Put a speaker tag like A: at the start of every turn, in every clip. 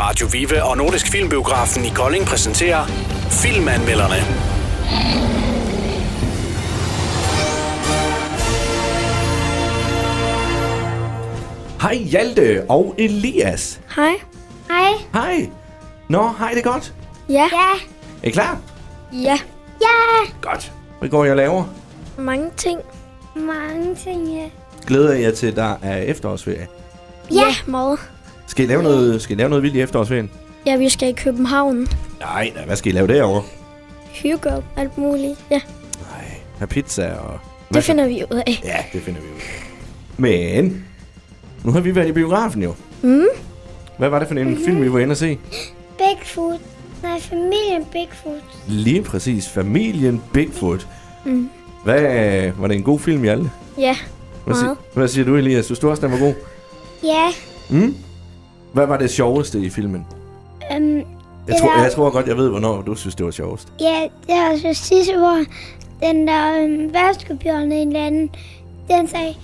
A: Radio Vive og Nordisk Filmbiografen i Kolding præsenterer Filmanmelderne.
B: Hej Hjalte og Elias.
C: Hej.
D: Hej.
B: Hej. Nå, hej det er godt.
C: Ja.
D: Ja.
B: Er I klar?
C: Ja.
D: Ja.
B: Godt. Hvad går jeg og laver?
C: Mange ting.
D: Mange ting, ja.
B: Glæder jeg til, at der er efterårsferie.
D: Ja.
C: meget.
B: Skal I lave noget, skal I lave noget vildt i efterårsferien?
C: Ja, vi skal i København.
B: Nej, nej, hvad skal I lave derovre?
C: Hygge og alt muligt. Ja,
B: Nej, have pizza og...
C: det finder vi ud af.
B: Ja, det finder vi ud af. Men, nu har vi været i biografen jo. Mm. Hvad var det for en mm-hmm. film, vi var inde og se?
D: Bigfoot. Nej, familien Bigfoot.
B: Lige præcis, Familien Bigfoot. Mm. Hvad, øh, var det en god film, Hjalte?
C: Ja,
B: Hvad,
C: Meget.
B: si- hvad siger du, Elias? Synes du også, den var god?
D: Ja.
B: Hvad var det sjoveste i filmen?
D: Øhm,
B: Jeg
D: Det
B: tror,
D: var-
B: jeg tror godt, jeg ved, hvornår du synes, det var sjovest.
D: ja, det var så sidste år. Den der øhm, værtskubjørn en eller anden, den sagde,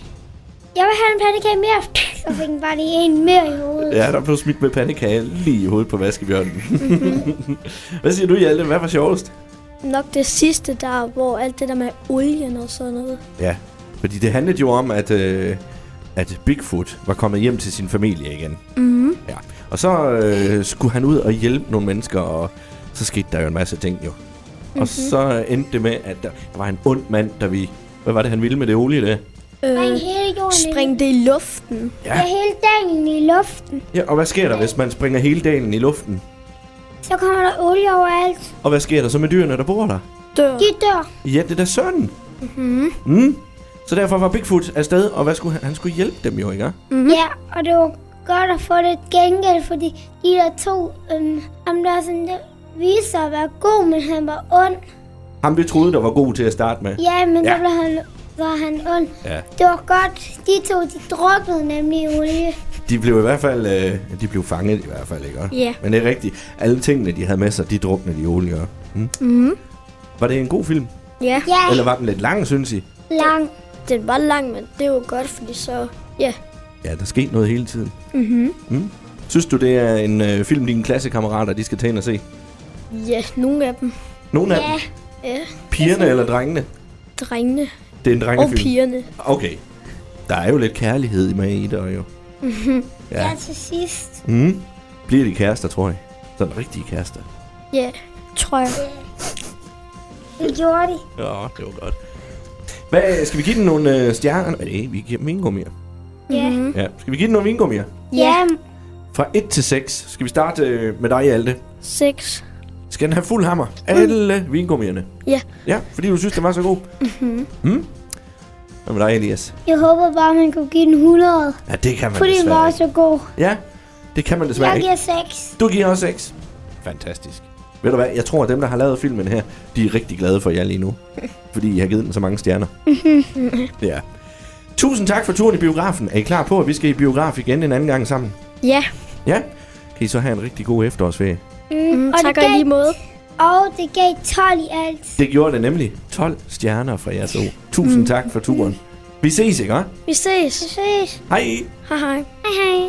D: jeg vil have en pandekage mere. Så fik den bare lige en mere i hovedet.
B: Ja, der blev smidt med pandekage lige i hovedet på vaskebjørnen. hvad siger du, Hjalte? Hvad var sjovest?
C: nok det sidste der, hvor alt det der med olien og sådan noget.
B: Ja, fordi det handlede jo om, at, øh, at Bigfoot var kommet hjem til sin familie igen. Mm-hmm. Ja. Og så øh, skulle han ud og hjælpe nogle mennesker, og så skete der jo en masse ting jo. Mm-hmm. Og så endte det med, at der, der var en ond mand, der vi... Hvad var det, han ville med det olie der?
D: Spring hele jorden
C: Øh, Spring det i luften.
D: i, ja, hele dagen i luften.
B: ja. Og hvad sker der, hvis man springer hele dalen i luften?
D: Så kommer der olie overalt.
B: Og hvad sker der så med dyrene, der bor der?
C: Dør.
D: De dør.
B: Ja, det er da sønnen. Mm-hmm. Mm. Så derfor var Bigfoot afsted, og hvad skulle han, han skulle hjælpe dem jo, ikke?
D: Mm.
C: Mhm.
D: Ja, og det var godt at få lidt gengæld, fordi de der to, øhm, ham der sådan, der viste sig at være god, men han var ond.
B: Ham vi troede, der var god til at starte med.
D: Ja, men ja.
B: Ja.
D: der blev han, var han ond.
B: Ja.
D: Det var godt. De to, de druknede nemlig i olie.
B: De blev i hvert fald, øh, de blev fanget i hvert fald, ikke?
C: Ja.
B: Men det er rigtigt. Alle tingene, de havde med sig, de druknede i olie. og- Mm. Mm. Var det en god film?
C: Ja.
D: Ja,
B: Eller var den lidt lang, synes I?
D: lang.
C: Den var lang, men det var godt, fordi så... Ja,
B: Ja, der skete noget hele tiden. Mm-hmm. Mm. Synes du, det er en øh, film, dine klassekammerater, de skal tage ind og se?
C: ja nogle af dem.
B: Nogle af
D: Ja,
B: dem?
C: Ja,
B: Pigerne eller drengene?
C: drengene
B: Det er en
C: og
B: drengefilm.
C: pigerne.
B: Okay. Der er jo lidt kærlighed med i det, jo.
D: ja,
B: Ja.
D: til sidst.
B: Mm. Bliver de kærester, tror jeg. Sådan rigtige kærester.
C: Ja, tror jeg.
D: Det gjorde de.
B: Ja, det var godt. Hvad, skal vi give den nogle øh, stjerner? Nej, vi giver dem vingummier.
D: Ja.
C: Mhm.
B: Ja. Skal vi give den nogle vingummier?
D: Ja,
B: Fra 1 til 6. Skal vi starte øh, med dig, Alte?
C: Seks.
B: Skal den have fuld hammer? Alle vingummierne.
C: Ja.
B: Ja, fordi du synes, den var så god. Mm-hmm. Mm? Hvad med dig, Elias?
D: jeg håber bare, man kunne give den 100.
B: Ja, det kan man
D: Fordi den var
B: desværre ikke.
D: så god.
B: Ja, det kan man desværre
D: Jeg
B: ikke.
D: giver 6.
B: Du giver også 6. Fantastisk. Ved du hvad, jeg tror, at dem, der har lavet filmen her, de er rigtig glade for jer lige nu. fordi I har givet den så mange stjerner. ja. Tusind tak for turen i biografen. Er I klar på, at vi skal i biograf igen en anden gang sammen?
C: Ja,
B: Ja. Kan I så have en rigtig god efterårsferie?
C: mm,
D: og det
C: tak og i
D: gav-
C: lige måde.
D: Og det gav 12 i alt.
B: Det gjorde det nemlig. 12 stjerner fra jer to. Tusind tak for turen. Vi ses, ikke?
C: Vi
D: Vi
C: ses.
D: ses.
B: Hej.
C: Hej hej.
D: Hej hej.